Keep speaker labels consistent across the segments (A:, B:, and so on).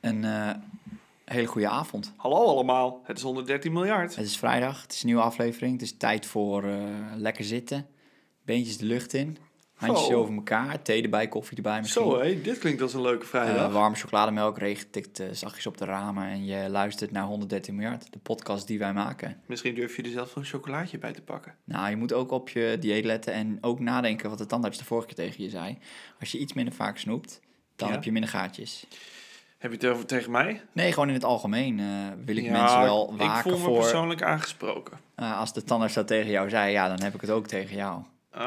A: een eh, hele goede avond.
B: Hallo allemaal, het is 113 miljard.
A: Het is vrijdag, het is een nieuwe aflevering. Het is tijd voor eh, lekker zitten. Beentjes de lucht in. Handjes
B: Zo.
A: over elkaar. Thee erbij, koffie erbij misschien.
B: Zo hé, dit klinkt als een leuke vrijdag.
A: Eh, warme chocolademelk, regen tikt eh, zachtjes op de ramen. En je luistert naar 113 miljard, de podcast die wij maken.
B: Misschien durf je er zelfs wel een chocolaatje bij te pakken.
A: Nou, je moet ook op je dieet letten en ook nadenken wat de tandarts de vorige keer tegen je zei. Als je iets minder vaak snoept, dan
B: Ja.
A: heb je minder gaatjes.
B: Heb je het over tegen mij?
A: Nee, gewoon in het algemeen eh, wil ik
B: Ja,
A: mensen wel
B: Ik
A: waken
B: voel me
A: voor...
B: persoonlijk aangesproken.
A: Eh, als de tandarts dat tegen jou zei, ja, dan heb ik het ook tegen jou.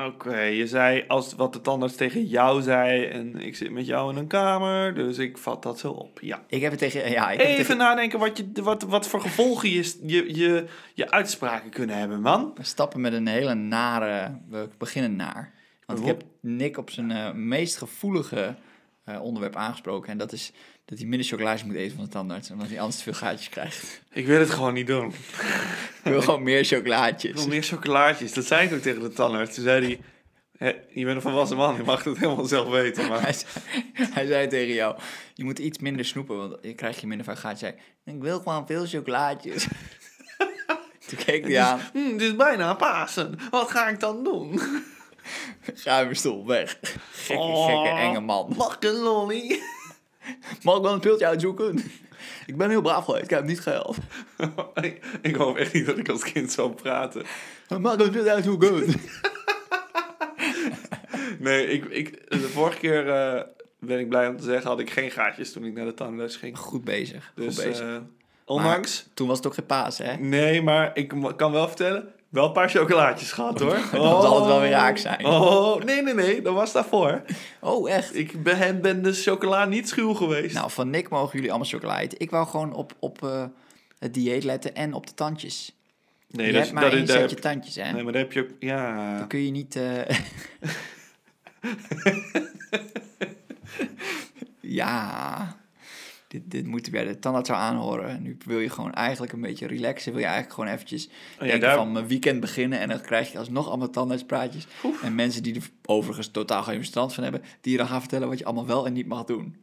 B: Oké, je zei als wat de tandarts tegen jou zei en ik zit met jou in een kamer, dus ik vat dat zo op. Ja.
A: Ik heb het tegen... Ja, ik heb het
B: Even nadenken wat, je, wat, wat voor gevolgen je, je, je, je uitspraken kunnen hebben, man.
A: tegen- Stappen met een hele nare... We beginnen naar. Want ik
B: Waarom?
A: heb Nick op zijn eh, meest gevoelige eh, onderwerp aangesproken. En dat is dat hij minder chocolaatjes moet eten van de tandarts. Omdat hij anders te veel gaatjes krijgt.
B: Ik wil het gewoon niet doen.
A: Ik wil gewoon meer
B: Ik wil
A: chocolaatjes.
B: meer chocolaatjes. Dat zei ik ook tegen de tandarts. Toen zei hij, "Hé, je bent een volwassen man, je mag het helemaal zelf weten. Maar
A: Hij zei, hij zei tegen jou, je moet iets minder snoepen, want je krijgt je minder van gaatjes. Hij zei, ik wil gewoon veel chocolaatjes. Toen keek hij aan,
B: Hm, het is bijna Pasen. Wat ga ik dan doen?
A: ga uit mijn stoel, weg. Gekke,
B: Oh.
A: gekke, enge man.
B: Mag ik een lolly?
A: Mag ik wel een piltje uitzoeken? Ik ben heel braaf geweest, ik heb niet gehelpt.
B: ik, ik hoop echt niet dat ik als kind zou praten.
A: Mag ik een piltje uitzoeken?
B: Nee, ik, ik, de vorige keer, eh, ben ik blij om te zeggen, had ik geen gaatjes toen ik naar de tandarts ging.
A: Goed bezig, goed
B: Dus
A: bezig.
B: eh, ondanks...
A: Toen was het ook geen paas, hè?
B: Nee, maar ik mo- kan wel vertellen, wel een paar chocolaatjes gehad hoor. Dat
A: zal het wel weer raak zijn.
B: Oh, nee, nee, nee, dat was daarvoor.
A: Oh, echt?
B: Ik ben, ben de chocola niet schuw geweest.
A: Nou, van Nick mogen jullie allemaal chocola eten. Ik wou gewoon op, op eh, het dieet letten en op de tandjes.
B: nee,
A: je
B: dat is-
A: hebt maar
B: dat
A: één
B: is- daar
A: setje
B: heb-
A: tandjes, hè?
B: Nee, maar daar heb je ook... Ja,
A: Dan kun je niet... eh, ja... Dit, dit moet bij de tandarts wel aanhoren. Nu wil je gewoon eigenlijk een beetje relaxen. Wil je eigenlijk gewoon eventjes
B: Oh ja,
A: denken
B: daar-
A: van mijn weekend beginnen. En dan krijg je alsnog allemaal tandartspraatjes. En mensen die er overigens totaal geen verstand van hebben. Die je dan gaan vertellen wat je allemaal wel en niet mag doen.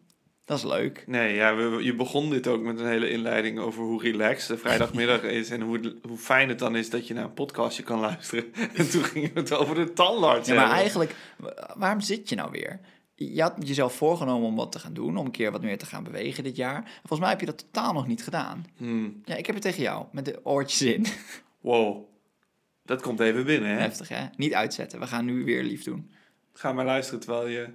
A: Dat is leuk.
B: Nee, ja, we- we- je begon dit ook met een hele inleiding over hoe relaxed de vrijdagmiddag is en hoe, het- hoe fijn het dan is dat je naar een podcastje kan luisteren. En toen ging het over de tandarts.
A: Ja, maar
B: hebben.
A: eigenlijk, wa- waarom zit je nou weer? Je had jezelf voorgenomen om wat te gaan doen, om een keer wat meer te gaan bewegen dit jaar. En Volgens mij heb je dat totaal nog niet gedaan.
B: Hmm,
A: Ja, ik heb het tegen jou, met de oortjes in.
B: wow, dat komt even binnen, hè?
A: Heftig, hè? Niet uitzetten, we gaan nu weer lief doen.
B: Ga maar luisteren terwijl je een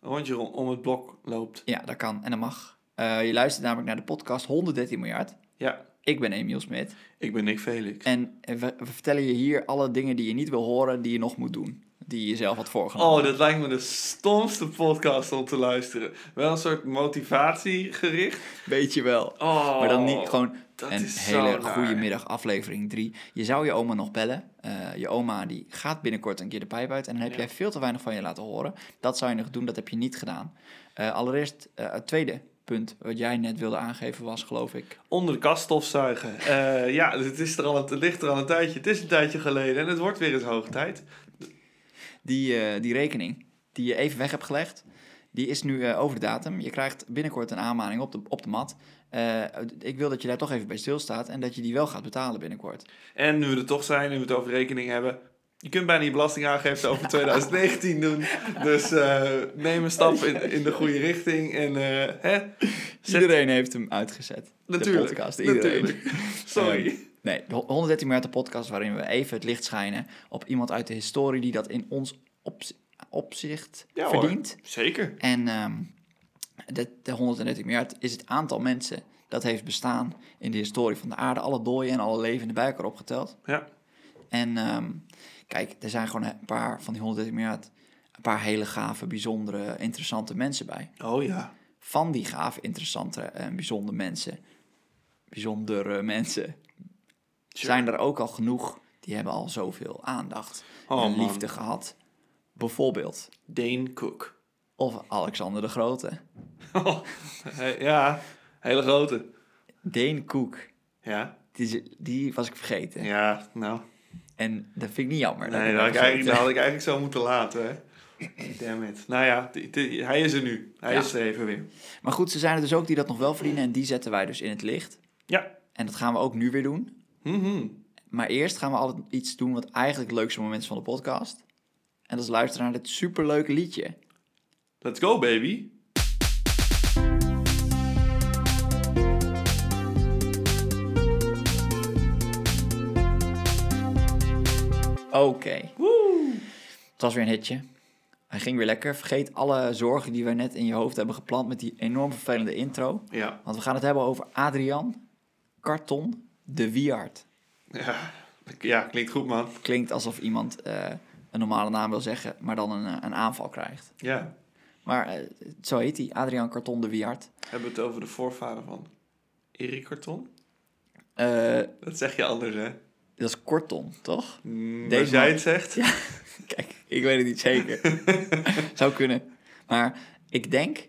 B: rondje ro- om het blok loopt.
A: Ja, dat kan en dat mag. Eh, je luistert namelijk naar de podcast 113 miljard.
B: Ja,
A: Ik ben Emiel Smit
B: ik ben Nick Felix.
A: en eh, we, we vertellen je hier alle dingen die je niet wil horen, die je nog moet doen. Die je zelf had voorgenomen.
B: Oh, dat lijkt me de stomste podcast om te luisteren. Wel een soort motivatiegericht.
A: Weet je wel.
B: Oh,
A: Maar dan niet gewoon
B: dat
A: een
B: is zo
A: hele
B: raar.
A: goede middag, aflevering 3. Je zou je oma nog bellen. Eh, je oma die gaat binnenkort een keer de pijp uit. En dan heb
B: Ja.
A: jij veel te weinig van je laten horen. Dat zou je nog doen, dat heb je niet gedaan. Eh, allereerst, eh, het tweede punt wat jij net wilde aangeven was, geloof ik.
B: Onder de kast stofzuigen. Eh, ja, het, is er al een, het ligt er al een tijdje. Het is een tijdje geleden en het wordt weer eens hoog tijd.
A: Die, eh, die rekening die je even weg hebt gelegd, die is nu eh, over de datum. Je krijgt binnenkort een aanmaning op de, op de mat. Eh, ik wil dat je daar toch even bij stilstaat en dat je die wel gaat betalen binnenkort.
B: En nu we er toch zijn, nu we het over rekening hebben. Je kunt bijna je belastingaangifte over 2019 doen. Dus eh, neem een stap in, in de goede richting. En eh, hè? Zet-
A: Iedereen heeft hem uitgezet.
B: Natuurlijk,
A: De podcast, iedereen.
B: natuurlijk. Sorry.
A: Ehm, nee, de 113 miljard de podcast waarin we even het licht schijnen op iemand uit de historie die dat in ons opz- opzicht
B: Ja, hoor.
A: verdient.
B: Zeker.
A: En ehm, de, de 113 miljard is het aantal mensen dat heeft bestaan in de historie van de aarde. Alle dooien en alle levenden bij elkaar opgeteld.
B: Ja.
A: En ehm, kijk, er zijn gewoon een paar van die 113 miljard, een paar hele gave, bijzondere, interessante mensen bij
B: Oh ja.
A: van die gaaf, interessante en bijzondere mensen. Bijzondere mensen. Zijn er ook al genoeg. Die hebben al zoveel aandacht
B: Oh,
A: en
B: man.
A: liefde gehad. Bijvoorbeeld.
B: Dane Cook.
A: Of Alexander de Grote.
B: He- ja, hele grote.
A: Dane Cook.
B: Ja.
A: Die, die was ik vergeten.
B: Ja, nou.
A: En dat vind ik niet jammer. dat
B: Nee,
A: ik
B: dat had ik
A: ben
B: eigenlijk,
A: vergeten.
B: dat had ik eigenlijk zo moeten laten. Hè. Damn it. Nou ja, t- t- hij is er nu. Hij
A: Ja.
B: is er even weer.
A: Maar goed, ze zijn er dus ook die dat nog wel verdienen en die zetten wij dus in het licht.
B: Ja.
A: En dat gaan we ook nu weer doen.
B: Mhm.
A: Maar eerst gaan we altijd iets doen wat eigenlijk het leukste moment is van de podcast. En dat is luisteren naar dit superleuke liedje.
B: Let's go, baby.
A: Oké. Het was weer een hitje. Hij ging weer lekker. Vergeet alle zorgen die wij net in je hoofd hebben geplant met die enorm vervelende intro.
B: Ja.
A: Want we gaan het hebben over Adrian Carton de Wiard.
B: Ja. ja, klinkt goed, man.
A: Klinkt alsof iemand eh, een normale naam wil zeggen, maar dan een, eh, een aanval krijgt.
B: Ja.
A: Maar eh, zo heet hij, Adrian Carton de Wiard.
B: Hebben we het over de voorvader van Erik Carton?
A: Eh,
B: Dat zeg je anders, hè?
A: dat is Korton, toch?
B: Mm,
A: Deze
B: als jij
A: man.
B: het zegt.
A: Ja. Kijk, ik weet het niet zeker. Zou kunnen. Maar ik denk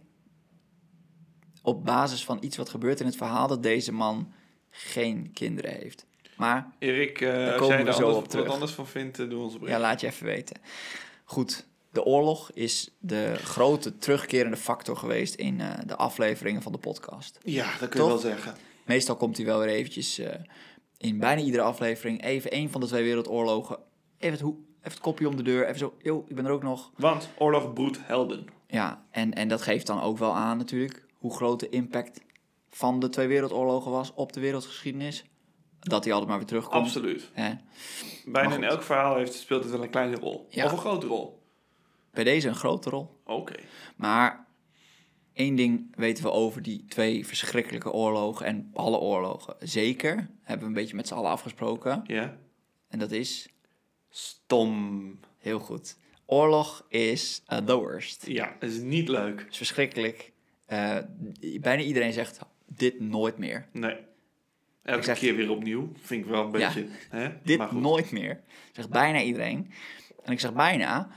A: op basis van iets wat gebeurt in het verhaal dat deze man geen kinderen heeft. Maar
B: Erik, eh, als
A: komen
B: jij
A: we
B: er
A: zo
B: anders,
A: op terug.
B: wat anders van vindt, eh, doe ons
A: ja,
B: bericht.
A: laat je even weten. Goed, de oorlog is de grote terugkerende factor geweest in eh, de afleveringen van de podcast.
B: Ja, dat kun
A: Toch?
B: je wel zeggen.
A: Meestal komt hij wel weer eventjes eh, in bijna iedere aflevering even een van de twee wereldoorlogen. Even het, hoe, even het kopje om de deur, even zo, yo, ik ben er ook nog.
B: Want oorlog broedt helden.
A: Ja, en, en dat geeft dan ook wel aan natuurlijk hoe groot de impact van de Twee Wereldoorlogen was op de wereldgeschiedenis. Dat hij altijd maar weer terugkomt.
B: Absoluut.
A: Hè.
B: Bijna
A: Maar
B: in
A: goed.
B: elk verhaal heeft, speelt het wel een kleine rol.
A: Ja.
B: Of een grote rol.
A: Bij deze een grote rol.
B: Oké.
A: Maar één ding weten we over die twee verschrikkelijke oorlogen en alle oorlogen. Zeker, hebben we een beetje met z'n allen afgesproken.
B: Ja.
A: En dat is
B: Stom.
A: heel goed. Oorlog is eh, the worst.
B: Ja, dat is niet leuk.
A: Het is verschrikkelijk. Eh, bijna iedereen zegt dit nooit meer.
B: Nee. Elke
A: Ik zeg-
B: keer weer opnieuw. Vind ik wel een
A: Ja.
B: beetje... Hè?
A: Dit
B: maar goed.
A: nooit meer. Zegt bijna iedereen. En ik zeg bijna,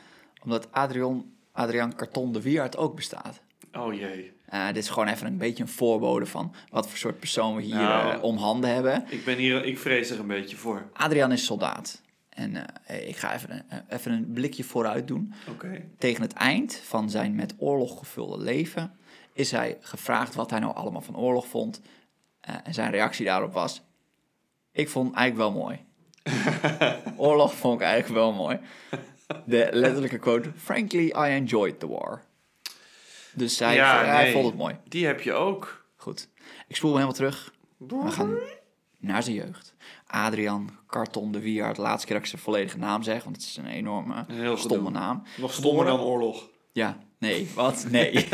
A: omdat Adrian, Adrian Carton de Wiart ook bestaat.
B: Oh jee.
A: Eh, dit is gewoon even een beetje een voorbode van wat voor soort persoon we hier
B: Nou.
A: eh, om handen hebben.
B: Ik ben hier... Ik vrees er een beetje voor.
A: Adrian is soldaat. En eh, ik ga even een, eh, even een blikje vooruit doen.
B: Oké.
A: Tegen het eind van zijn met oorlog gevulde leven is hij gevraagd wat hij nou allemaal van oorlog vond. Eh, en zijn reactie daarop was: Ik vond het eigenlijk wel mooi. oorlog vond ik eigenlijk wel mooi. De letterlijke quote: Frankly, I enjoyed the war. Dus hij,
B: Ja,
A: hij
B: nee.
A: vond het mooi.
B: Die heb je ook.
A: Goed. Ik spoel helemaal terug. We gaan naar zijn jeugd. Adrian Carton de Wiard. Laatste keer dat ik zijn volledige naam zeg, want het is een enorme
B: Een heel
A: stomme
B: gedoe.
A: naam.
B: Nog stommer dan oorlog.
A: Ja, nee, wat? Nee.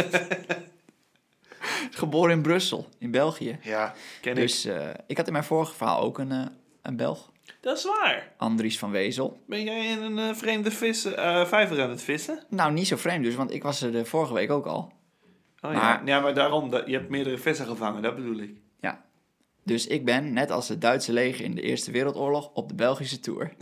A: Geboren in Brussel, in België.
B: Ja. Ken
A: Dus eh, ik had in mijn vorige verhaal ook een, eh, een Belg,
B: ik. Dat is waar.
A: Andries van Wezel.
B: Ben jij in een eh, vreemde vissen, eh, vijver aan het vissen?
A: Nou, niet zo vreemd dus, want ik was er de vorige week ook al.
B: Oh, ja.
A: Maar-
B: ja, maar daarom, dat- je hebt meerdere vissen gevangen, dat bedoel ik.
A: Ja. Dus ik ben, net als het Duitse leger in de Eerste Wereldoorlog, op de Belgische tour.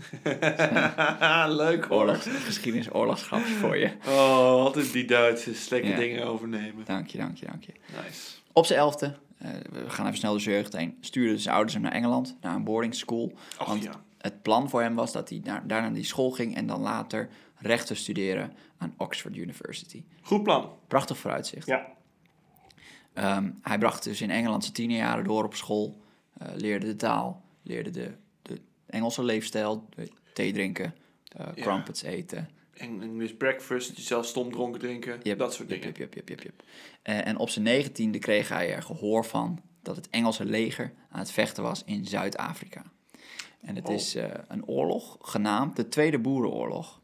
B: Leuk hoor.
A: Oorlogsgeschiedenis, oorlogsgrapjes voor je.
B: Oh, altijd die Duitsers lekker
A: Ja.
B: dingen overnemen.
A: Dank je, dank je, dank je.
B: Nice.
A: Op zijn elfde, eh, we gaan even snel door zijn jeugd heen, stuurden zijn ouders hem naar Engeland, naar een boarding school.
B: Och
A: Want
B: ja.
A: het plan voor hem was dat hij daar, daar naar die school ging en dan later rechten studeren aan Oxford University.
B: Goed plan.
A: Prachtig vooruitzicht.
B: Ja.
A: Ehm, hij bracht dus in Engeland zijn tienerjaren door op school, eh, leerde de taal, leerde de, de Engelse leefstijl, de thee drinken, eh,
B: Ja.
A: crumpets eten.
B: En English breakfast, jezelf stom dronken drinken,
A: Yep,
B: dat soort
A: yep,
B: dingen.
A: yep, yep, yep, yep, yep. Eh, en op zijn negentiende kreeg hij er gehoor van dat het Engelse leger aan het vechten was in Zuid-Afrika. En het
B: Oh.
A: is eh, een oorlog genaamd de Tweede Boerenoorlog.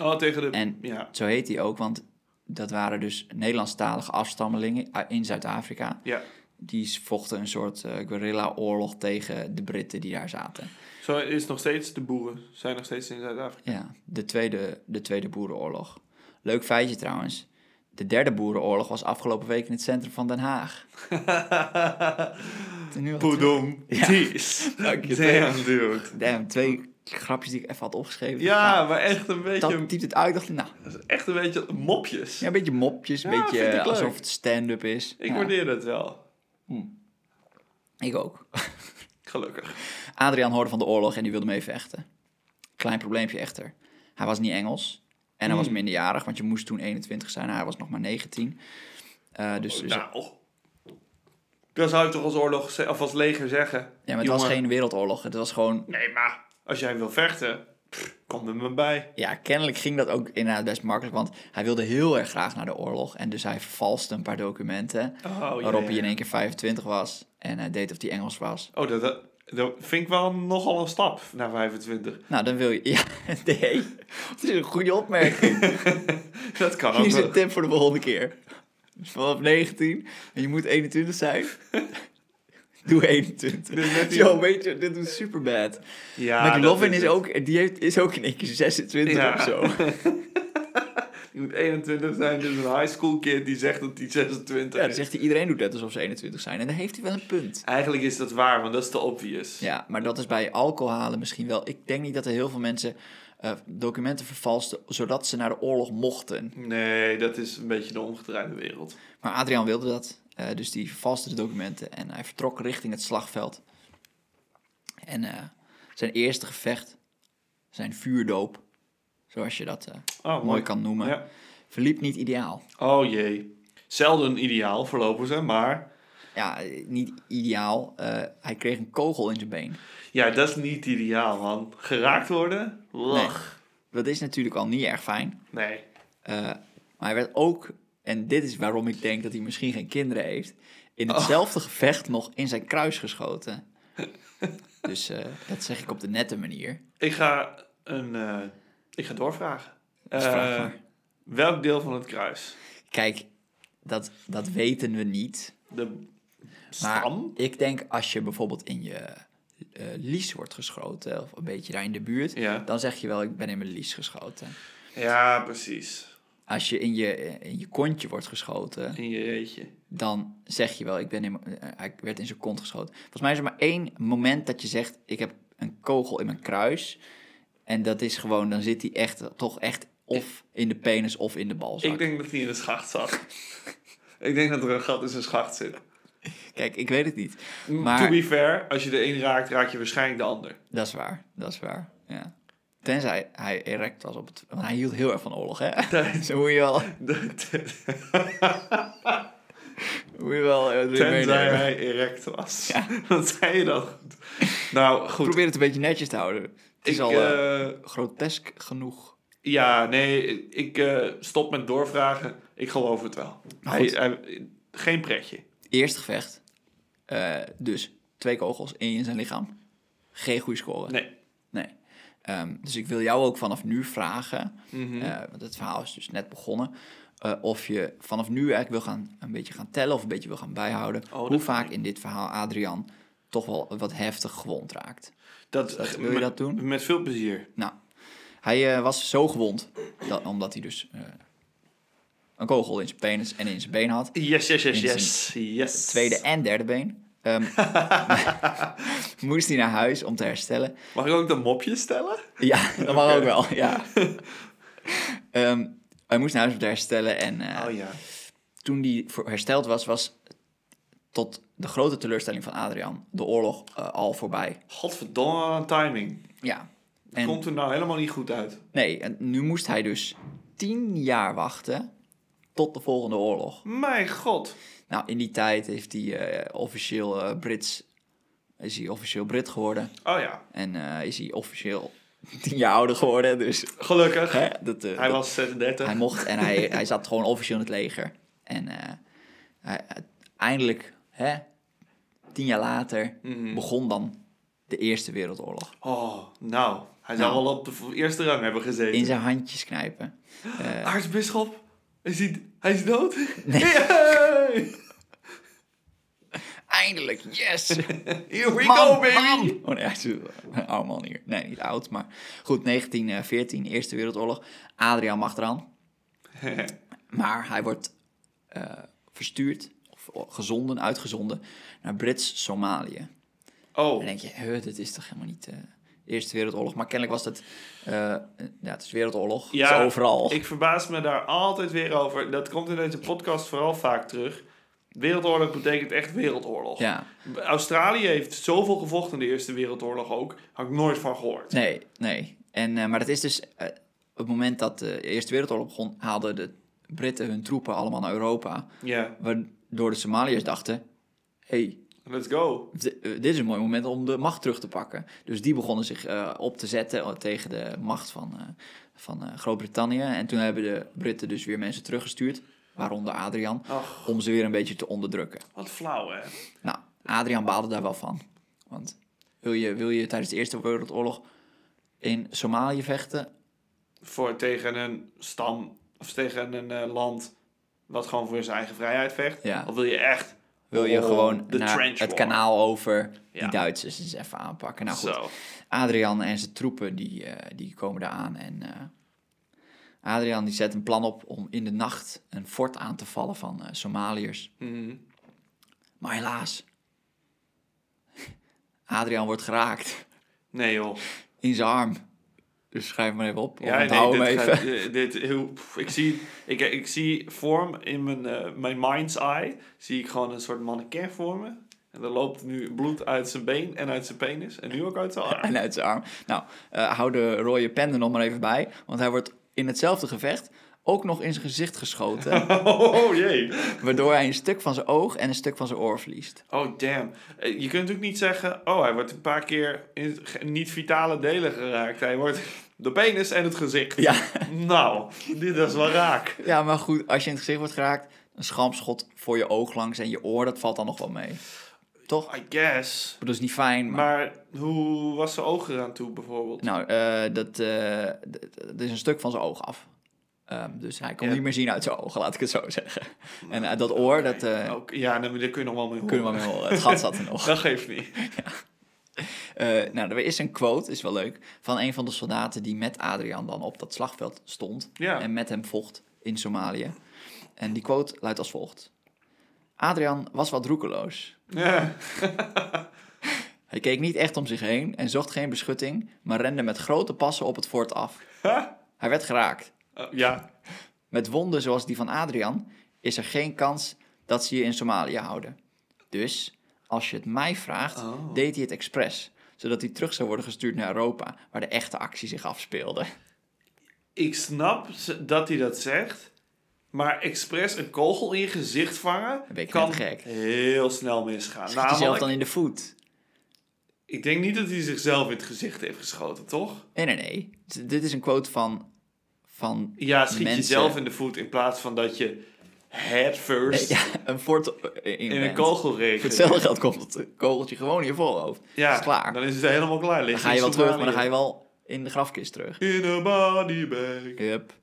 B: Oh, tegen de...
A: En-
B: Ja.
A: Zo heet hij ook, want dat waren dus Nederlandstalige afstammelingen eh, in Zuid-Afrika.
B: ja.
A: Die vochten een soort eh guerrilla-oorlog tegen de Britten die daar zaten.
B: Zo is nog steeds, de boeren zijn nog steeds in Zuid-Afrika.
A: Ja, de tweede, de tweede Boerenoorlog. Leuk feitje trouwens. De derde Boerenoorlog was afgelopen week in het centrum van Den Haag. Nu al
B: Poedom.
A: Ja.
B: Jeez.
A: Dank je.
B: Damn, dude.
A: twee- Damn, twee grapjes die ik even had opgeschreven. Nou,
B: Ja, maar echt een
A: dat
B: beetje,
A: typt het uit. dacht ik, nou,
B: echt een beetje mopjes.
A: ja, een beetje mopjes, een
B: Ja, vind ik
A: beetje
B: leuk.
A: alsof het stand-up is.
B: Ik
A: Ja,
B: waardeer dat wel.
A: ik ook.
B: Gelukkig.
A: Adriaan hoorde van de oorlog en die wilde mee vechten. Klein probleempje echter. Hij was niet Engels En hij was
B: Hmm.
A: minderjarig, want je moest toen 21 zijn. Hij was nog maar 19. Eh, dus, dus-
B: nou, dat zou ik toch als oorlog ze- of als leger zeggen.
A: ja, maar het
B: jongen.
A: was geen wereldoorlog. Het was gewoon...
B: Nee, maar als jij wil vechten, pff, kom er maar bij.
A: Ja, kennelijk ging dat ook inderdaad best makkelijk. Want hij wilde heel erg graag naar de oorlog. En dus hij vervalste een paar documenten.
B: Oh, ja,
A: waarop
B: ja,
A: hij in
B: ja.
A: één keer 25 was. En hij deed of hij Engels was.
B: Oh, dat, dat, dat vind ik wel nogal een stap naar 25.
A: Nou, dan wil je... Ja, nee. Dat is een goede opmerking.
B: Dat kan
A: Hier
B: ook
A: is
B: wel.
A: een tip voor de volgende keer. Dus vanaf 19 en je moet 21 zijn. Doe 21.
B: Dit is net die-
A: Zo, weet je, dit is super bad.
B: Ja,
A: Maar McLovin
B: dat
A: is,
B: het.
A: ook, die heeft, is ook in één keer 26
B: Ja.
A: of zo.
B: Je moet 21 zijn, dus een high school kid die zegt dat hij 26
A: Ja, dan
B: is.
A: zegt hij iedereen doet net alsof ze 21 zijn. En dan heeft hij wel een punt.
B: Eigenlijk is dat waar, want dat is te obvious.
A: Ja, maar dat is bij alcohol halen misschien wel. Ik denk niet dat er heel veel mensen eh, documenten vervalsten zodat ze naar de oorlog mochten.
B: Nee, dat is een beetje de omgedraaide wereld.
A: Maar Adriaan wilde dat. eh, dus die vervalste de documenten en hij vertrok richting het slagveld. En eh, zijn eerste gevecht, zijn vuurdoop, zoals je dat eh,
B: Oh, mooi.
A: mooi kan noemen,
B: Ja.
A: verliep niet ideaal.
B: Oh jee. Zelden ideaal voorlopig, hè, maar...
A: Ja, eh, niet ideaal. eh, hij kreeg een kogel in zijn been.
B: Ja, dat is niet ideaal, man. Geraakt worden? Lach.
A: Dat is natuurlijk al niet erg fijn.
B: Nee.
A: Eh, maar hij werd ook, en dit is waarom ik denk dat hij misschien geen kinderen heeft, in
B: Oh.
A: hetzelfde gevecht nog in zijn kruis geschoten. dus eh, dat zeg ik op de nette manier.
B: Ik ga een... eh, ik ga doorvragen.
A: Dus
B: Eh,
A: vraag maar.
B: welk deel van het kruis?
A: Kijk, dat, dat weten we niet.
B: De
A: Maar
B: stam?
A: ik denk als je bijvoorbeeld in je eh, lies wordt geschoten, of een beetje daar in de buurt,
B: Ja.
A: dan zeg je wel, ik ben in mijn lies geschoten.
B: Ja, precies.
A: Als je in je, eh, in je kontje wordt geschoten,
B: In je reetje.
A: dan zeg je wel, ik ben in, mijn- eh, hij werd in zijn kont geschoten. Volgens mij is er maar één moment dat je zegt, ik heb een kogel in mijn kruis. En dat is gewoon, dan zit hij echt, toch echt of in de penis of in de balzak.
B: Ik denk dat hij in de schacht zat. ik denk dat er een gat in zijn schacht zit.
A: Kijk, ik weet het niet.
B: To
A: Maar
B: be fair, als je de een raakt, raak je waarschijnlijk de ander.
A: Dat is waar, dat is waar, ja. Tenzij hij erect was op het... Want hij hield heel erg van oorlog, hè? Zo moet je wel... Moet je wel eh, erin
B: Tenzij
A: meenemen.
B: hij erect was.
A: Ja.
B: Dan zei je dat goed. Nou, goed.
A: Probeer het een beetje netjes te houden. Het is
B: Ik,
A: al eh,
B: eh,
A: grotesk genoeg.
B: ja, nee, ik eh, stop met doorvragen. Ik geloof het wel. Hij,
A: goed.
B: hij- geen pretje.
A: Eerst gevecht. Eh, dus twee kogels, één in zijn lichaam. Geen goede score.
B: Nee.
A: Nee. Ehm, dus ik wil jou ook vanaf nu vragen,
B: Mhm. Hm.
A: eh, want het verhaal is dus net begonnen, eh, of je vanaf nu eigenlijk wil gaan een beetje gaan tellen of een beetje wil gaan bijhouden
B: dat
A: hoe
B: kan
A: vaak in dit verhaal Adrian toch wel wat heftig gewond raakt.
B: Dat,
A: dat- wil je dat doen?
B: Met veel plezier.
A: Nou, hij eh, was zo gewond dat, omdat hij dus eh, een kogel in zijn penis en in zijn been had,
B: Yes, yes, yes,
A: In zijn
B: yes. yes.
A: tweede en derde been. Ehm, moest hij naar huis om te herstellen.
B: Mag ik ook de mopje stellen?
A: Ja, dat mag ook wel. Ja. Ehm, hij moest naar huis om te herstellen. En eh,
B: Oh ja.
A: toen die voor- hersteld was, was tot de grote teleurstelling van Adriaan de oorlog eh, al voorbij.
B: Godverdomme wat een timing.
A: Ja.
B: En...
A: En-
B: Komt er nou helemaal niet goed uit.
A: Nee, en nu moest hij dus tien jaar wachten tot de volgende oorlog.
B: Mijn god.
A: Nou, in die tijd heeft hij eh, officieel eh, Brits, is hij officieel Brit geworden.
B: Oh ja.
A: En eh, is hij officieel tien jaar ouder geworden. Dus
B: Gelukkig.
A: hè, dat, eh,
B: Hij
A: dat-
B: was 36.
A: Hij mocht en hij, hij zat gewoon officieel in het leger. En eh, hij, eindelijk, hè, tien jaar later, begon dan de Eerste Wereldoorlog.
B: Oh, nou. Hij zou
A: Nou.
B: wel op de v- eerste rang hebben gezeten.
A: In zijn handjes knijpen.
B: Aartsbisschop. Is hij, hij is dood? Yay!
A: Eindelijk, yes!
B: Here we
A: Man,
B: go, baby!
A: man! Oh nee, hij is een oude man hier. Nee, niet oud, maar goed, 1914, Eerste Wereldoorlog. Adriaan mag eraan. Maar hij wordt eh, verstuurd, of gezonden, uitgezonden, naar Brits-Somalië.
B: Oh,
A: Dan denk je, huh, dit is toch helemaal niet eh, de Eerste Wereldoorlog. Maar kennelijk was dat, eh, ja, het is Wereldoorlog. Ja,
B: ja.
A: overal.
B: Ik verbaas me daar altijd weer over. Dat komt in deze podcast vooral vaak terug. Wereldoorlog betekent echt wereldoorlog.
A: Ja,
B: Australië heeft zoveel gevochten in de Eerste Wereldoorlog ook. Had ik nooit van gehoord.
A: nee, nee. En, eh, maar dat is dus, eh, op het moment dat de Eerste Wereldoorlog begon, haalden de Britten hun troepen allemaal naar Europa.
B: Ja,
A: Waardoor de Somaliërs dachten, hey,
B: let's go.
A: d- eh, dit is een mooi moment om de macht terug te pakken. Dus die begonnen zich eh, op te zetten tegen de macht van, eh, van eh, Groot-Brittannië. En toen hebben de Britten dus weer mensen teruggestuurd, waaronder Adrian,
B: Ach,
A: om ze weer een beetje te onderdrukken.
B: wat flauw hè.
A: Nou, Adriaan baalde daar wel van. Want wil je, wil je tijdens de Eerste Wereldoorlog in Somalië vechten?
B: Voor tegen een stam of tegen een eh, land wat gewoon voor zijn eigen vrijheid vecht.
A: Ja.
B: Of wil je echt
A: Wil je
B: Oh,
A: gewoon
B: de
A: naar
B: trench
A: het
B: war.
A: kanaal over die
B: Ja.
A: Duitsers eens even aanpakken? Nou goed,
B: zo?
A: Adriaan en zijn troepen die, eh, die komen daar aan. En eh, Adriaan die zet een plan op om in de nacht een fort aan te vallen van eh, Somaliërs.
B: Mhm.
A: Maar helaas, Adriaan wordt geraakt
B: Nee joh.
A: in zijn arm. Dus schrijf maar even op. Of
B: Ja, nee,
A: onthoud hem
B: dit
A: even.
B: gaat- eh, dit, heel, pff, ik, zie, ik, ik zie vorm in mijn, eh, mijn mind's eye. Zie ik gewoon een soort mannequin vormen. En er loopt nu bloed uit zijn been en uit zijn penis. En nu ook uit zijn arm.
A: En uit zijn arm. Nou, eh, hou de rode pen er nog maar even bij. Want hij wordt in hetzelfde gevecht ook nog in zijn gezicht geschoten.
B: Oh jee.
A: waardoor hij een stuk van zijn oog en een stuk van zijn oor verliest.
B: Oh damn. Eh, Je kunt natuurlijk niet zeggen. Oh, hij wordt een paar keer in ge- niet-vitale delen geraakt. Hij wordt de penis en het gezicht.
A: Ja,
B: Nou, dit is wel raak.
A: ja maar goed, als je in het gezicht wordt geraakt, een schampschot voor je oog langs en je oor, dat valt dan nog wel mee. Toch?
B: Oh, I guess.
A: Dat is niet fijn, maar...
B: Maar hoe was zijn ogen eraan toe bijvoorbeeld?
A: Nou, eh, dat, eh, d- d- dat is een stuk van zijn oog af. Ehm, dus hij kon
B: Ja.
A: niet meer zien uit zijn ogen, laat ik het zo zeggen. En eh, dat oor, dat eh,
B: Ook, ja, nou, daar kun je nog wel mee horen.
A: kunnen we wel mee horen. Het gat zat er nog.
B: Dat geeft niet.
A: Eh, nou, er is een quote, is wel leuk, van een van de soldaten die met Adriaan dan op dat slagveld stond
B: Ja.
A: en met hem vocht in Somalië. En die quote luidt als volgt. Adriaan was wat roekeloos.
B: Ja.
A: Hij keek niet echt om zich heen en zocht geen beschutting, maar rende met grote passen op het fort af. Hij werd geraakt.
B: Eh, ja.
A: Met wonden zoals die van Adriaan is er geen kans dat ze je in Somalië houden. Dus, als je het mij vraagt,
B: Oh.
A: deed hij het expres, zodat hij terug zou worden gestuurd naar Europa, waar de echte actie zich afspeelde.
B: Ik snap z- dat hij dat zegt. Maar expres een kogel in je gezicht vangen...
A: ben ik
B: kan
A: net gek.
B: heel snel misgaan.
A: Schiet jezelf
B: Namelijk,
A: dan in de voet?
B: ik denk niet dat hij zichzelf in het gezicht heeft geschoten, toch?
A: Nee, nee, nee. D- Dit is een quote van... van
B: Ja, schiet
A: Mensen.
B: jezelf in de voet in plaats van dat je head first
A: ja, een fort eh, in,
B: in een
A: bent.
B: kogel
A: Voor
B: regent.
A: hetzelfde geld komt het kogeltje gewoon in je voorhoofd.
B: Ja,
A: is klaar.
B: dan is het helemaal klaar. Lig
A: Dan ga je wel terug, maar dan ga je wel in de grafkist terug.
B: In een bodybag.
A: Hup.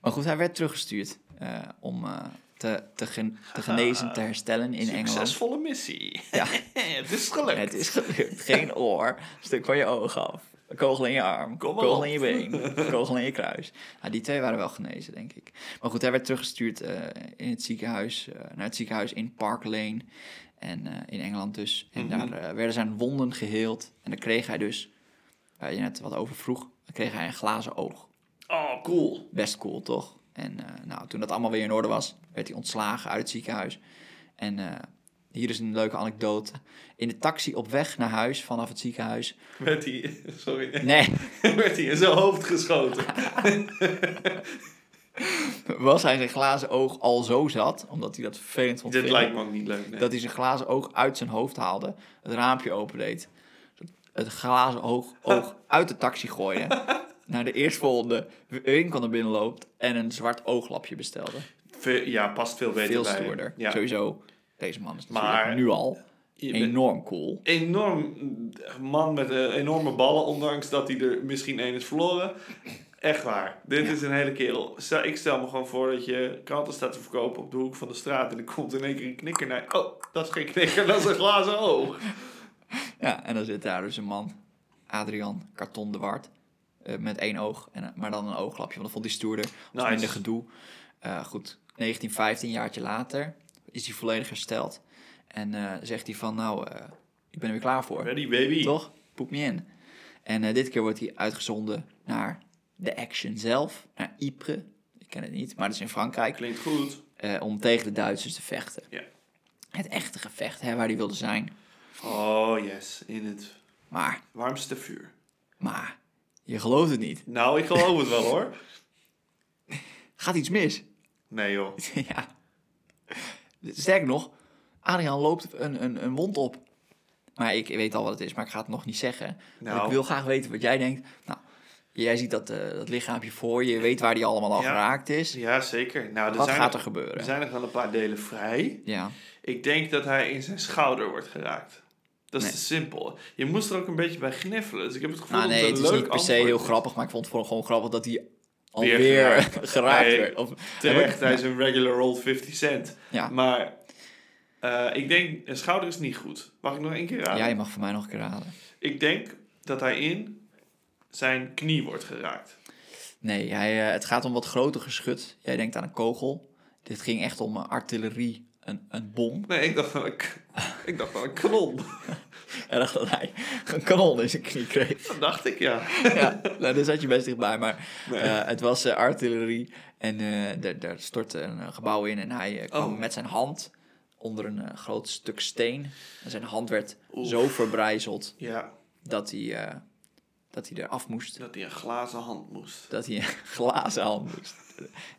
A: Maar goed, hij werd teruggestuurd eh, om eh, te, te, gen- te genezen, te herstellen in Engeland.
B: Succesvolle missie.
A: Ja.
B: het is gelukt.
A: Het is gelukt. Geen oor. Een stuk van je oog af. Een kogel in je arm.
B: Kom maar
A: kogel
B: op.
A: in je been. Een kogel in je kruis. Nou, die twee waren wel genezen, denk ik. Maar goed, hij werd teruggestuurd eh, in het ziekenhuis, eh, naar het ziekenhuis in Park Lane. En eh, in Engeland dus. En
B: Mhm.
A: daar eh, werden zijn wonden geheeld. En dan kreeg hij dus, waar je net wat over vroeg, dan kreeg hij een glazen oog.
B: Oh, cool.
A: Best cool, toch? En eh, nou, toen dat allemaal weer in orde was, werd hij ontslagen uit het ziekenhuis. En eh, hier is een leuke anekdote. In de taxi op weg naar huis vanaf het ziekenhuis.
B: Werd hij, sorry,
A: Nee,
B: werd hij in zijn hoofd geschoten.
A: Ah, was hij zijn glazen oog al zo zat, omdat hij dat vervelend vond.
B: Dit
A: vinden,
B: lijkt me ook niet leuk. nee.
A: Dat hij zijn glazen oog uit zijn hoofd haalde, het raampje opendeed, het glazen oog, oog uit de taxi gooide, naar de eerstvolgende winkel naar binnen loopt en een zwart ooglapje bestelde.
B: Ve- ja, past veel beter
A: Veel
B: bij hem.
A: stoerder.
B: Ja.
A: Sowieso, deze man is
B: Maar-
A: natuurlijk nu al
B: Je bent
A: enorm cool.
B: Enorm man met eh, enorme ballen, ondanks dat hij er misschien één is verloren. Echt waar. Dit is een hele kerel. Stel- Ik stel me gewoon voor dat je kranten staat te verkopen op de hoek van de straat. En er komt in één keer een knikker naar. Oh, dat is geen knikker, dat is een glazen oog.
A: Ja, en dan zit daar dus een man, Adrian Karton de Waard, eh, met één oog, en, maar dan een ooglapje, want dat vond hij stoerder. Was
B: Nice.
A: minder gedoe. Eh, goed, 19, 15 jaartje later is hij volledig hersteld. En eh, zegt hij van, nou, eh, ik ben er weer klaar voor.
B: Ready, baby.
A: Toch? Poep me in. En eh, dit keer wordt hij uitgezonden naar de Action zelf, naar Ypres. Ik ken het niet, maar dat is in Frankrijk.
B: Klinkt goed.
A: eh, om tegen de Duitsers te vechten.
B: Ja.
A: Het echte gevecht, hè, waar hij wilde zijn.
B: Oh, yes. In het
A: Maar,
B: warmste vuur.
A: maar, Je gelooft het niet.
B: Nou, ik geloof het wel hoor.
A: Gaat iets mis?
B: Nee joh.
A: ja. Sterk nog, Adriaan loopt een, een, een wond op. Maar ik weet al wat het is, maar ik ga het nog niet zeggen. Want
B: Nou.
A: Ik wil graag weten wat jij denkt. Nou, jij ziet dat, eh, dat lichaampje voor je. Je weet waar die allemaal al
B: Ja.
A: geraakt is.
B: Ja, zeker. Nou, er
A: wat
B: zijn
A: gaat er
B: er
A: gebeuren?
B: zijn nog wel een paar delen vrij.
A: Ja.
B: Ik denk dat hij in zijn schouder wordt geraakt. Dat is
A: Nee.
B: te simpel. Je moest er ook een beetje bij gniffelen. Dus ik heb het gevoel
A: Nou,
B: dat
A: nee,
B: het
A: het
B: een
A: is
B: leuk
A: niet per se
B: antwoord
A: heel
B: is.
A: grappig, maar ik vond het vooral gewoon grappig dat hij alweer
B: geraakt.
A: geraakt,
B: Nee,
A: werd. Of,
B: Terecht, hij is een regular old 50 cent.
A: Ja.
B: Maar eh, ik denk, een schouder is niet goed. Mag ik nog één keer raden?
A: Jij mag voor mij nog een keer raden.
B: Ik denk dat hij in zijn knie wordt geraakt.
A: Nee, hij, eh, het gaat om wat groter geschut. Jij denkt aan een kogel. Dit ging echt om eh, artillerie, een, een bom.
B: Nee, ik dacht aan een, k- ik dacht aan een kanon.
A: En dacht dat hij een kanon in zijn knie kreeg.
B: Dat dacht ik, ja.
A: ja, nou, daar zat je best dichtbij. Maar
B: Nee.
A: eh, het was eh, artillerie en eh, daar- daar stortte een eh, gebouw in. En hij eh, kwam
B: Oh.
A: met zijn hand onder een eh, groot stuk steen. En zijn hand werd
B: Oef.
A: zo verbrijzeld
B: Ja,
A: dat hij, eh, dat hij eraf moest.
B: dat hij een glazen hand moest.
A: Dat hij een glazen hand moest.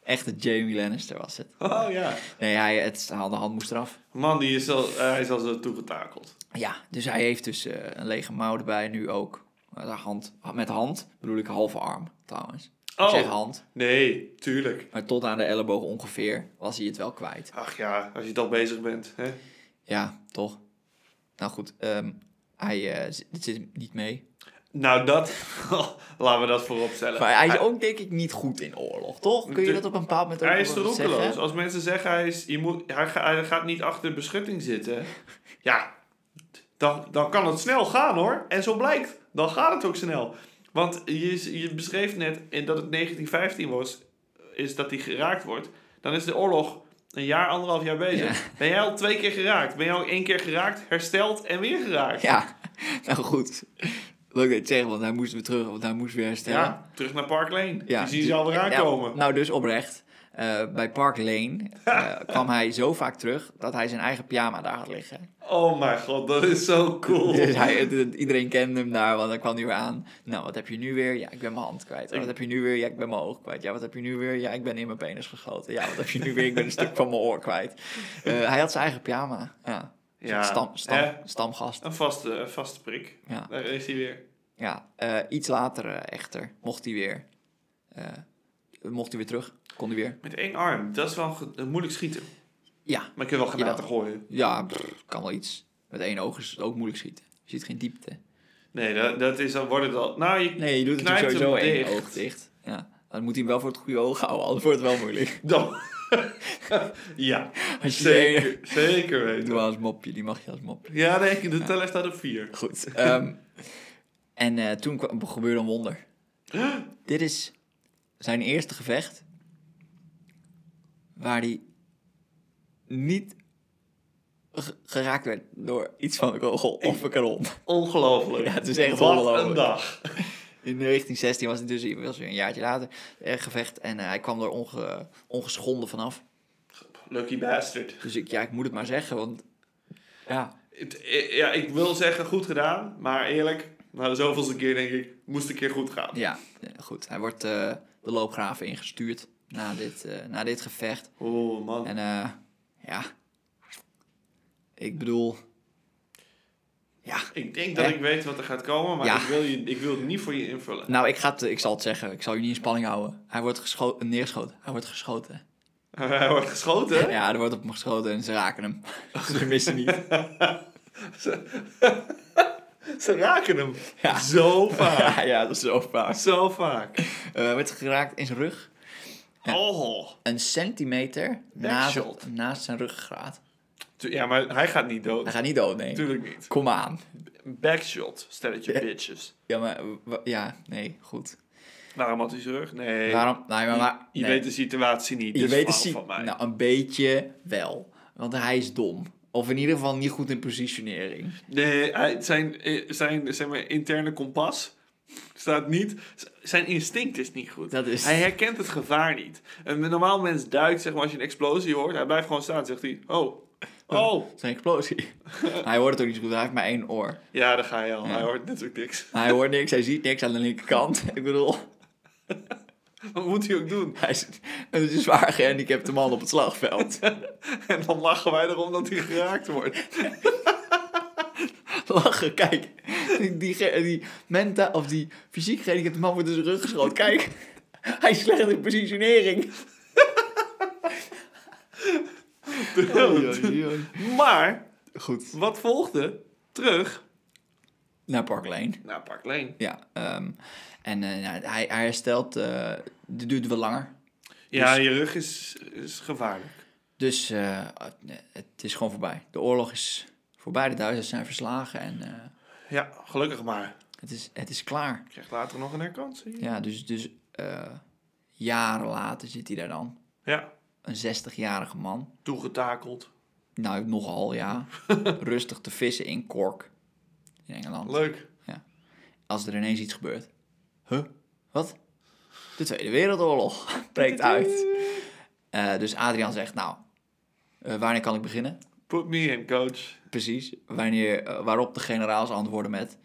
A: Echte Jamie Lannister was het.
B: Oh ja.
A: Nee, hij, het, de hand moest eraf.
B: Man, die is al, eh, hij is al zo toegetakeld.
A: Ja, dus hij heeft dus eh, een lege mouw erbij nu ook. Met hand, met hand bedoel ik halve arm trouwens.
B: Oh.
A: Ik zeg hand,
B: Nee, tuurlijk.
A: maar tot aan de elleboog ongeveer was hij het wel kwijt.
B: Ach ja, als je toch bezig bent. Hè?
A: Ja, toch? Nou goed, ehm, hij eh, zit- dit zit hem niet mee.
B: Nou, dat... Laten we dat vooropstellen.
A: Maar hij is ook denk ik niet goed in oorlog, toch? Kun je dat op een bepaald moment ook
B: Hij is
A: wel
B: te
A: zeggen?
B: roekeloos. Als mensen zeggen hij, is, je moet, hij, ga- hij gaat niet achter de beschutting zitten. Ja, dan, dan kan het snel gaan hoor. En zo blijkt, dan gaat het ook snel. Want je, je beschreef net in dat het 1915 was, is dat hij geraakt wordt. Dan is de oorlog een jaar, anderhalf jaar bezig. Ben jij al twee keer geraakt? Ben jij al één keer geraakt, hersteld en weer geraakt?
A: Ja, nou goed. Leuk dat je het zegt, want hij moest weer terug, want hij moest weer herstellen.
B: Ja, terug naar Park Lane.
A: Ja,
B: die zien ze alweer
A: ja,
B: aankomen.
A: nou, dus oprecht. eh, bij Park Lane eh, kwam hij zo vaak terug dat hij zijn eigen pyjama daar had liggen.
B: Oh mijn god, dat is zo cool.
A: Dus hij, het- het- iedereen kende hem daar, want dan kwam hij weer aan. Nou, wat heb je nu weer? Ja, ik ben mijn hand kwijt. Wat heb je nu weer? Ja, ik ben mijn oog kwijt. Ja, wat heb je nu weer? Ja, ik ben in mijn penis geschoten. Ja, wat heb je nu weer? Ik ben een stuk van mijn oor kwijt. Eh, hij had zijn eigen pyjama. Ja,
B: Ja,
A: Stam, stam,
B: hè?
A: stamgast.
B: Een vaste, een vaste prik.
A: Ja.
B: Daar is hij weer.
A: Ja, eh, iets later eh, echter mocht hij weer. eh, mocht hij weer terug? Kon hij weer?
B: Met één arm. Dat is wel ge- eh, moeilijk schieten.
A: Ja,
B: Maar je kunt wel granaten gooien.
A: Ja, brr, kan wel iets. Met één oog is het ook moeilijk schieten. Je ziet geen diepte.
B: Nee, dat, dat is, dan wordt het al... Nou, je,
A: Nee, je doet
B: Knijpt
A: natuurlijk sowieso
B: hem
A: één
B: dicht.
A: oog dicht. Ja. Dan moet hij hem wel voor het goede oog houden, anders wordt het wel moeilijk.
B: dan... ja,
A: Als je
B: zeker, zeker
A: die- Doe
B: weten.
A: maar als mopje, die mag je als mopje.
B: Ja, nee, de teller staat op vier.
A: Goed. ehm, en eh, toen kwam, gebeurde een wonder. Dit is zijn eerste gevecht. Waar hij niet ge- geraakt werd door iets van een kogel of een kanon.
B: Ongelooflijk.
A: Ja, het is echt
B: Wat
A: ongelooflijk.
B: een dag.
A: In 1916 was het dus hij was weer een jaartje later erg gevecht en eh, hij kwam er onge, ongeschonden vanaf.
B: Lucky bastard.
A: Dus ik, ja, ik moet het maar zeggen, want ja,
B: Het- eh, Ja, ik wil zeggen goed gedaan. Maar eerlijk, na de zoveelste keer denk ik, moest een keer goed gaan.
A: ja eh, goed. Hij wordt eh, de loopgraven ingestuurd na dit, eh, na dit gevecht.
B: Oh man.
A: En eh, ja, ik bedoel, ja.
B: Ik denk dat
A: Hè?
B: ik weet wat er gaat komen, maar
A: Ja.
B: ik, wil je, ik wil het niet voor je invullen.
A: Nou, ik, ga het, ik zal het zeggen, ik zal je niet in spanning houden. Hij wordt gescho- eh, neergeschoten, hij wordt geschoten.
B: Hij wordt geschoten.
A: Ja, er wordt op hem geschoten en ze raken hem. ze missen niet.
B: Ze raken hem.
A: Ja.
B: Zo vaak.
A: Ja, ja, dat is zo vaak.
B: Zo vaak.
A: Eh, Hij werd geraakt in zijn rug.
B: Oh.
A: een centimeter
B: Backshot.
A: naast, naast zijn ruggraat.
B: Tu- Ja, maar hij gaat niet dood.
A: Hij gaat niet dood, nee.
B: Natuurlijk niet.
A: Kom aan.
B: Backshot, stelletje
A: Ja.
B: bitches.
A: Ja, maar w- w- ja, nee, goed.
B: Waarom had hij zijn rug? Nee.
A: Waarom? Nou, ja, maar,
B: Je
A: nee.
B: weet de situatie niet.
A: je
B: dus
A: weet het
B: faal
A: zie-
B: van mij.
A: Nou, een beetje wel. Want hij is dom. Of in ieder geval niet goed in positionering.
B: Nee, hij, zijn, eh, zijn zeg maar, interne kompas staat niet. z- Zijn instinct is niet goed.
A: Dat is-
B: Hij herkent het gevaar niet. Een normaal mens duikt, zeg maar, als je een explosie hoort. Hij blijft gewoon staan. Zegt hij: Oh, Oh,
A: Dat is een explosie. hij hoort het ook niet zo goed, hij heeft maar één oor.
B: ja, daar ga je al. Hij hoort natuurlijk niks.
A: Hij hoort niks, hij ziet niks aan de linkerkant. Ik bedoel,
B: Wat moet hij ook doen?
A: hij is een zwaar gehandicapte man op het slagveld.
B: En dan lachen wij erom dat hij geraakt wordt.
A: Lachen, kijk. Die, die, ge- die menta, of die fysiek gehandicapte man wordt in zijn rug geschoten. Kijk, hij is slecht in positionering.
B: Maar,
A: Goed.
B: wat volgde? Terug
A: Naar Park Lane.
B: naar Park Lane.
A: Ja, ehm, en eh, nou, hij, hij herstelt, eh dit duurt wel langer.
B: Ja, Dus je rug is, is gevaarlijk.
A: Dus eh, het is gewoon voorbij. De oorlog is voorbij, de Duitsers zijn verslagen en eh,
B: Ja, gelukkig maar.
A: het, is, het is klaar.
B: Ik krijg later nog een herkansing.
A: Ja, dus, dus eh, jaren later zit hij daar dan.
B: Ja,
A: Een 60-jarige man.
B: toegetakeld.
A: Nou, nogal ja. Rustig te vissen in Cork, in Engeland.
B: Leuk.
A: Als er ineens iets gebeurt. Huh? Wat? De Tweede Wereldoorlog breekt uit. Eh, dus Adriaan zegt, nou, eh, wanneer kan ik beginnen?
B: Put me in, coach.
A: Precies, wanneer, eh, waarop de generaals antwoorden met...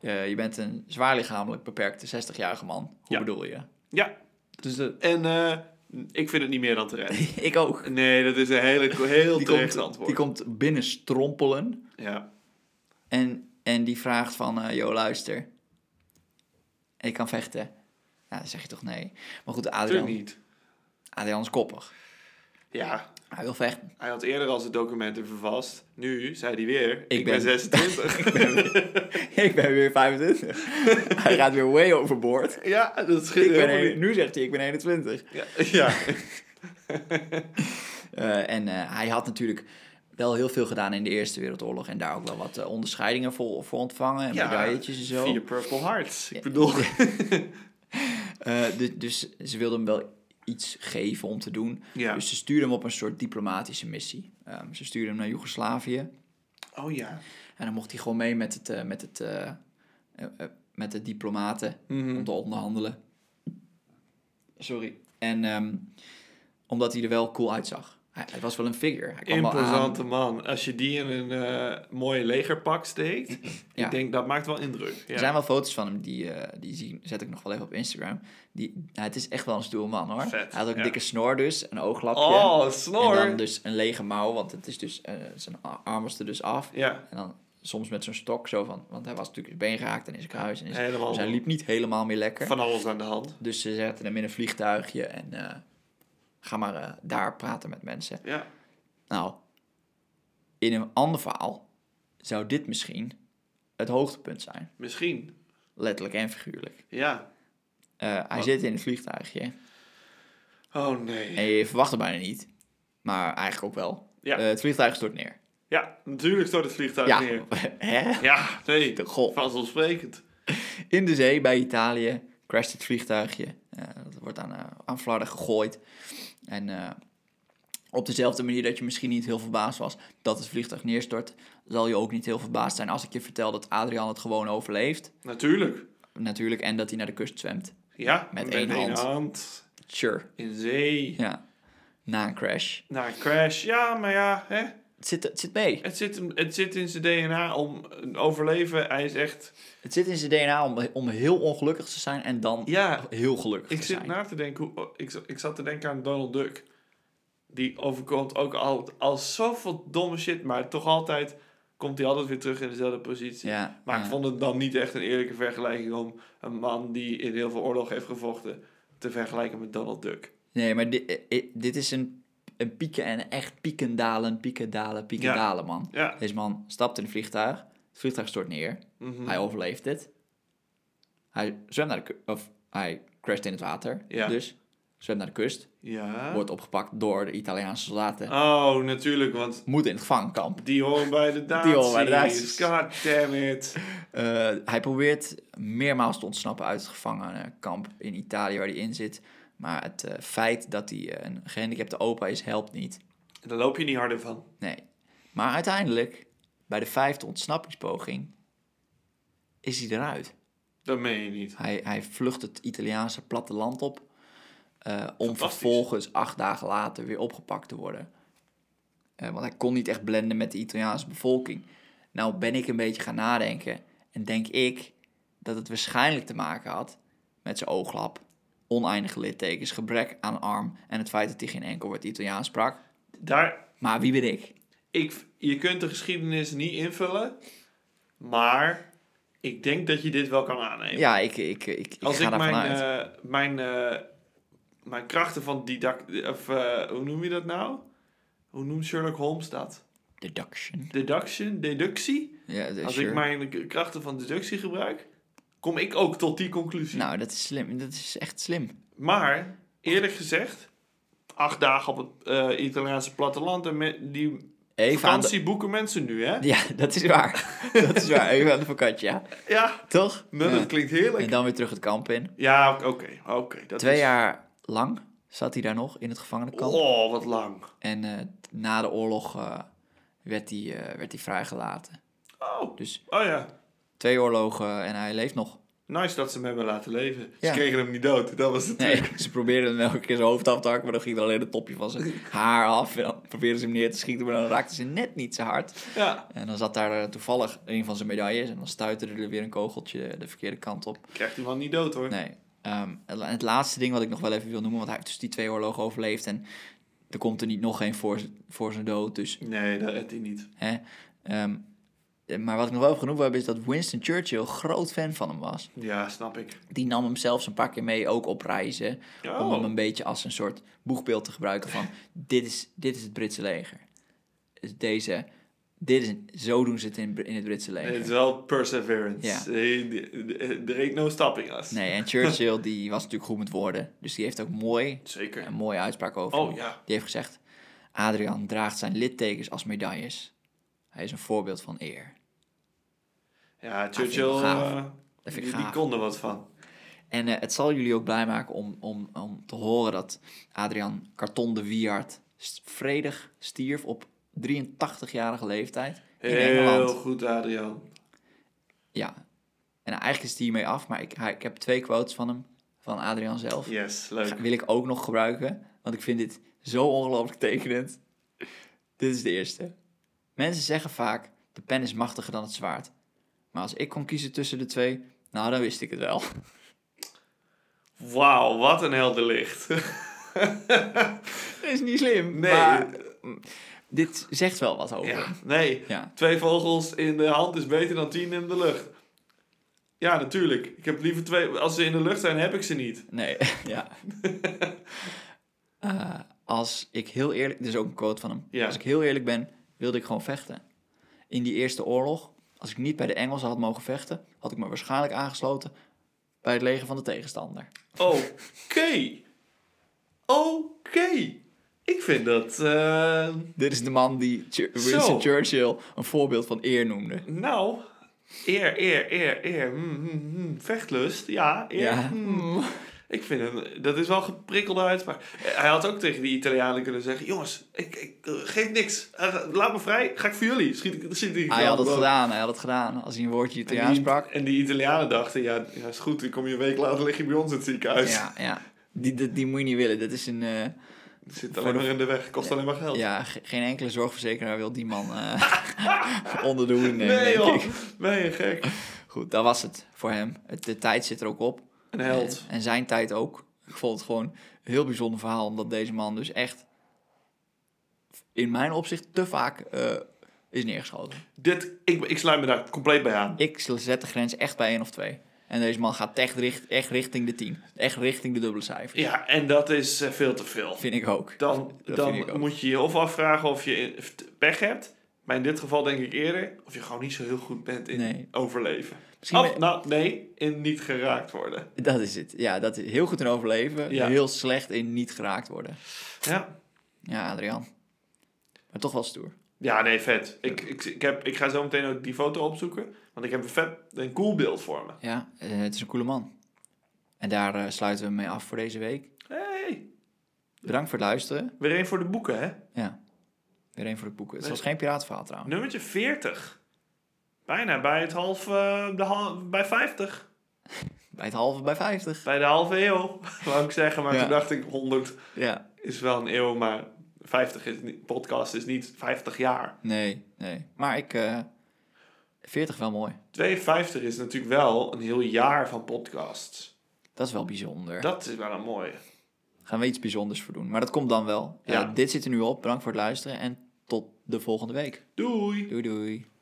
A: eh, je bent een zwaar lichamelijk beperkte 60-jarige man. Hoe
B: Ja.
A: bedoel je?
B: Ja,
A: Dus de,
B: en eh, ik vind het niet meer dan terecht.
A: ik ook.
B: Nee, dat is een hele, heel
A: Die
B: terecht
A: komt,
B: antwoord.
A: die komt binnen strompelen
B: Ja.
A: en, en die vraagt van... eh yo, luister. Ik kan vechten. Nou, dan zeg je toch nee. Maar goed,
B: Natuurlijk
A: Adrian,
B: niet.
A: Adrian is koppig.
B: Ja,
A: Hij wil vechten.
B: hij had eerder al zijn documenten vervast. Nu zei hij weer, ik,
A: ben-
B: ben 26.
A: ik ben weer 25. hij gaat weer way overboord.
B: ja, dat schiet
A: Ik ben
B: helemaal
A: een- nu zegt hij, ik ben 21.
B: niet. Ja, ja.
A: Eh, en eh, hij had natuurlijk wel heel veel gedaan in de Eerste Wereldoorlog en daar ook wel wat eh, onderscheidingen voor, voor ontvangen en
B: Ja,
A: medailletjes en zo.
B: vier Purple Hearts. Ik bedoel,
A: Eh, du- dus ze wilden hem wel iets geven om te doen.
B: Ja.
A: Dus ze stuurden hem op een soort diplomatische missie. Ehm, ze stuurden hem naar Joegoslavië
B: oh ja.
A: en dan mocht hij gewoon mee met, het, eh, met, het, eh, eh, eh, met de diplomaten
B: Mhm.
A: om te onderhandelen. Sorry. En ehm, omdat hij er wel cool uitzag. Hij, hij was wel een figure. Hij kwam wel aan.
B: Imposante man. Als je die in een eh, mooie legerpak steekt,
A: Ja.
B: ik denk dat maakt wel indruk.
A: Er
B: Ja.
A: zijn wel foto's van hem, die, eh, die zien, zet ik nog wel even op Instagram. Die, nou, het is echt wel een stoer man hoor.
B: Vet,
A: hij had ook een
B: ja.
A: dikke snor dus, een ooglapje.
B: Oh,
A: En dan
B: snor.
A: dus een lege mouw, want het is dus, eh, zijn a- arm was er dus af.
B: Ja,
A: En dan soms met zo'n stok zo van, want hij was natuurlijk zijn been geraakt en in zijn kruis. En is,
B: helemaal
A: dus hij liep niet helemaal meer lekker.
B: van alles aan de hand.
A: Dus ze zetten hem in een vliegtuigje en eh, ga maar eh, daar praten met mensen.
B: Ja.
A: Nou, in een ander verhaal zou dit misschien het hoogtepunt zijn.
B: Misschien.
A: Letterlijk en figuurlijk.
B: Ja.
A: Eh, hij
B: Wat?
A: zit in een vliegtuigje.
B: Oh nee.
A: En je verwacht het bijna niet. Maar eigenlijk ook wel.
B: Ja.
A: Eh, het vliegtuig stort neer.
B: Ja, natuurlijk stort het vliegtuig
A: ja.
B: neer.
A: Hè?
B: Ja, nee.
A: De golf.
B: Vanzelfsprekend.
A: In de zee bij Italië crasht het vliegtuigje. Eh, dat wordt aan, eh, aan flarden gegooid. En eh, op dezelfde manier dat je misschien niet heel verbaasd was dat het vliegtuig neerstort, zal je ook niet heel verbaasd zijn als ik je vertel dat Adrian het gewoon overleeft.
B: Natuurlijk.
A: Natuurlijk, en dat hij naar de kust zwemt.
B: Ja,
A: Met één hand. Sure.
B: In zee.
A: Ja. Na een crash.
B: Na een crash. Ja, maar ja, hè?
A: Het zit, het zit mee.
B: Het, zit, hem- het zit in zijn DNA om een overleven. Hij is echt...
A: Het zit in zijn DNA om, om heel ongelukkig te zijn en dan
B: Ja,
A: heel gelukkig
B: ik
A: te
B: zit
A: zijn.
B: na te denken... Hoe, oh, ik, zat- ik zat te denken aan Donald Duck. Die overkomt ook al, al zoveel domme shit. Maar toch altijd komt hij altijd weer terug in dezelfde positie.
A: Ja,
B: Maar
A: ja.
B: ik vond het dan niet echt een eerlijke vergelijking... om een man die in heel veel oorlog heeft gevochten... te vergelijken met Donald Duck.
A: Nee, maar di- eh, eh, dit is een, een pieken en echt pieken dalen, pieken dalen, pieken
B: Ja.
A: dalen, man.
B: Ja.
A: Deze man stapt in een vliegtuig. Het vliegtuig stort neer.
B: Mhm.
A: Hij overleeft het. Hij zwemt naar de ku- Of hij crasht in het water.
B: Ja.
A: Dus zwemt naar de kust.
B: Ja.
A: Wordt opgepakt door de Italiaanse soldaten.
B: Oh, natuurlijk, want
A: Moet in het gevangenkamp.
B: die horen bij de Duitsers.
A: horen bij de Duitsers.
B: God damn it.
A: Eh, hij probeert meermaals te ontsnappen uit het gevangenenkamp in Italië waar hij in zit. Maar het eh, feit dat hij eh, een gehandicapte opa is, helpt niet.
B: En Daar loop je niet harder van.
A: Nee. Maar uiteindelijk, bij de vijfde ontsnappingspoging, is hij eruit.
B: Dat meen je niet.
A: Hij, hij vlucht het Italiaanse platteland op. eh, om
B: Fantastisch.
A: vervolgens acht dagen later weer opgepakt te worden. Eh, want hij kon niet echt blenden met de Italiaanse bevolking. Nou ben ik een beetje gaan nadenken. En denk ik dat het waarschijnlijk te maken had met zijn ooglap, oneindige littekens, gebrek aan arm en het feit dat hij geen enkel woord Italiaans sprak.
B: Daar,
A: Maar wie ben ik?
B: ik, je kunt de geschiedenis niet invullen, maar ik denk dat je dit wel kan aannemen.
A: Ja, ik, ik, ik, ik
B: Als
A: ga
B: ik
A: daarvan
B: mijn,
A: uit.
B: eh, mijn, eh, mijn krachten van didact... Of, eh, hoe noem je dat nou? Hoe noemt Sherlock Holmes dat?
A: Deduction.
B: Deduction? Deductie?
A: Ja, eh,
B: Als
A: sure.
B: ik mijn k- krachten van deductie gebruik, kom ik ook tot die conclusie.
A: Nou, dat is slim. Dat is echt slim.
B: Maar, eerlijk gezegd, acht dagen op het eh, Italiaanse platteland en me- die
A: Even aan de...
B: vakantie boeken mensen nu, hè?
A: Ja, dat is waar. dat is waar. Even aan de vakantie, ja.
B: Ja,
A: Toch?
B: nou,
A: Ja.
B: dat klinkt heerlijk.
A: En dan weer terug het kamp in.
B: Ja, oké, oké. dat
A: Twee
B: is-
A: jaar lang zat hij daar nog in het gevangenenkamp.
B: Oh, wat lang.
A: En eh, na de oorlog eh, werd, hij, eh, werd hij vrijgelaten.
B: Oh,
A: Dus
B: oh ja.
A: twee oorlogen en hij leeft nog.
B: Nice dat ze hem hebben laten leven.
A: Ja.
B: Ze kregen hem niet dood, dat was het truc.
A: Nee, ze probeerden hem elke keer zijn hoofd af te hakken, maar dan ging er alleen het topje van zijn haar af. En dan probeerden ze hem neer te schieten, maar dan raakten ze net niet zo hard.
B: Ja.
A: En dan zat daar eh, toevallig een van zijn medailles en dan stuitte er weer een kogeltje de verkeerde kant op.
B: Krijgt die man niet dood hoor.
A: Nee. Ehm, het la- het laatste ding wat ik nog wel even wil noemen, want hij heeft dus die twee oorlogen overleefd en er komt er niet nog één voor, z- voor zijn dood. Dus
B: Nee, dat redt hij niet.
A: Hè? Ehm, eh, maar wat ik nog wel heb genoemd heb, is dat Winston Churchill groot fan van hem was.
B: Ja, snap ik.
A: Die nam hem zelfs een paar keer mee, ook op reizen. Om hem
B: Oh,
A: een beetje als een soort boegbeeld te gebruiken van... dit is, dit is het Britse leger. Dus Deze, dit is, zo doen ze het in, Br- in het Britse leger.
B: het is wel perseverance.
A: Ja.
B: Eh, Er ain't no stopping us.
A: Nee, en Churchill die was natuurlijk goed met woorden. Dus die heeft ook mooi,
B: Zeker.
A: een mooie uitspraak over
B: Oh
A: hem.
B: ja.
A: Die heeft gezegd... Adriaan draagt zijn littekens als medailles. Hij is een voorbeeld van eer.
B: Ja,
A: Ah, vind ik
B: Churchill,
A: wel gaaf.
B: eh,
A: Dat vind ik
B: die, die
A: gaaf.
B: kon er wat van.
A: En eh, het zal jullie ook blij maken om, om, om te horen dat Adriaan Carton de Wiard st- vredig stierf op 83-jarige leeftijd in
B: Heel
A: Engeland.
B: goed, Adrian.
A: Ja. En eigenlijk is het hiermee af, maar ik, hij- ik heb twee quotes van hem, van Adriaan zelf.
B: Yes,
A: Ga-
B: leuk.
A: Wil ik ook nog gebruiken, want ik vind dit zo ongelooflijk tekenend. Dit is de eerste. Mensen zeggen vaak, de pen is machtiger dan het zwaard. Maar als ik kon kiezen tussen de twee, nou dan wist ik het wel.
B: Wauw, wat een helder licht.
A: Dat is niet slim.
B: Nee.
A: maar- Dit zegt wel wat over.
B: Ja,
A: hem.
B: nee.
A: Ja.
B: Twee vogels in de hand is beter dan tien in de lucht. Ja, natuurlijk. Ik heb liever twee... Als ze in de lucht zijn, heb ik ze niet.
A: Nee, ja. Eh, als ik heel eerlijk... Dit is ook een quote van hem.
B: Ja.
A: Als ik heel eerlijk ben, wilde ik gewoon vechten. In die eerste oorlog, als ik niet bij de Engelsen had mogen vechten... had ik me waarschijnlijk aangesloten bij het leger van de tegenstander.
B: Oké. Oké. Ik vind dat. eh,
A: Dit is de man die Chu-
B: Zo.
A: Winston Churchill een voorbeeld van eer noemde.
B: nou. Eer, eer, eer, eer. Mm, mm, mm. Vechtlust, ja. Eer.
A: Ja.
B: mm. Ik vind hem. Dat is wel een geprikkelde uitspraak. Eh, Hij had ook tegen die Italianen kunnen zeggen: Jongens, ik, ik eh, geef niks. Eh, laat me vrij. Ga ik voor jullie. Schiet, ik- schiet ik
A: Hij had het
B: wel.
A: gedaan, hij had het gedaan. Als hij een woordje
B: En die,
A: Italiaans sprak...
B: en die Italianen dachten: Ja, ja is goed. Dan kom je een week later lig je bij ons in het ziekenhuis.
A: Ja, ja. Die, die, die moet je niet willen. Dat is een... eh,
B: Zit alleen maar in de weg. Kost alleen maar geld.
A: Ja, ge- geen enkele zorgverzekeraar wil die man eh onder de hoede nemen,
B: nee,
A: denk
B: joh.
A: ik.
B: Ben je gek?
A: Goed, dat was het voor hem. Het, de tijd zit er ook op.
B: Een held.
A: En, en zijn tijd ook. Ik vond het gewoon een heel bijzonder verhaal, omdat deze man dus echt in mijn opzicht te vaak eh, is neergeschoten.
B: Dit, ik, ik sluit me daar compleet bij aan.
A: Ik zet de grens echt bij één of twee. En deze man gaat echt, richt, echt richting de tien. Echt richting de dubbele cijfer.
B: Ja, en dat is eh, veel te veel.
A: Vind ik ook.
B: Dan,
A: Dat vind ik ook.
B: dan moet je je of afvragen of je pech hebt. Maar in dit geval denk ik eerder of je gewoon niet zo heel goed bent in
A: Nee.
B: overleven.
A: Misschien
B: Of, nou, nee, in niet geraakt worden.
A: Dat is het. Ja, dat is heel goed in overleven.
B: Ja.
A: Heel slecht in niet geraakt worden.
B: Ja,
A: Ja, Adriaan. Maar toch wel stoer.
B: ja nee, vet. Ik, ik, ik, heb, ik ga zo meteen ook die foto opzoeken. Want ik heb een vet, een cool beeld voor me.
A: Ja, eh, het is een coole man. En daar eh, sluiten we mee af voor deze week.
B: hey,
A: Bedankt voor het luisteren.
B: weer een voor de boeken, hè?
A: Ja, weer één voor de boeken. Het
B: Nee.
A: was geen piraatverhaal trouwens.
B: Nummertje 40. Bijna bij het half, eh, de hal- bij 50.
A: Bij het halve bij 50.
B: Bij de halve eeuw, wou ik zeggen. Maar
A: Ja.
B: toen dacht ik, 100
A: Ja,
B: is wel een eeuw, maar 50 is niet, podcast is niet 50 jaar.
A: Nee, nee. Maar ik... eh 40 wel mooi.
B: 52 is natuurlijk wel een heel jaar van podcasts.
A: Dat is wel bijzonder.
B: Dat is wel een mooie.
A: Gaan we iets bijzonders voor doen. Maar dat komt dan wel.
B: Ja.
A: Eh, dit zit er nu op. Bedankt voor het luisteren. En tot de volgende week.
B: Doei!
A: Doei doei.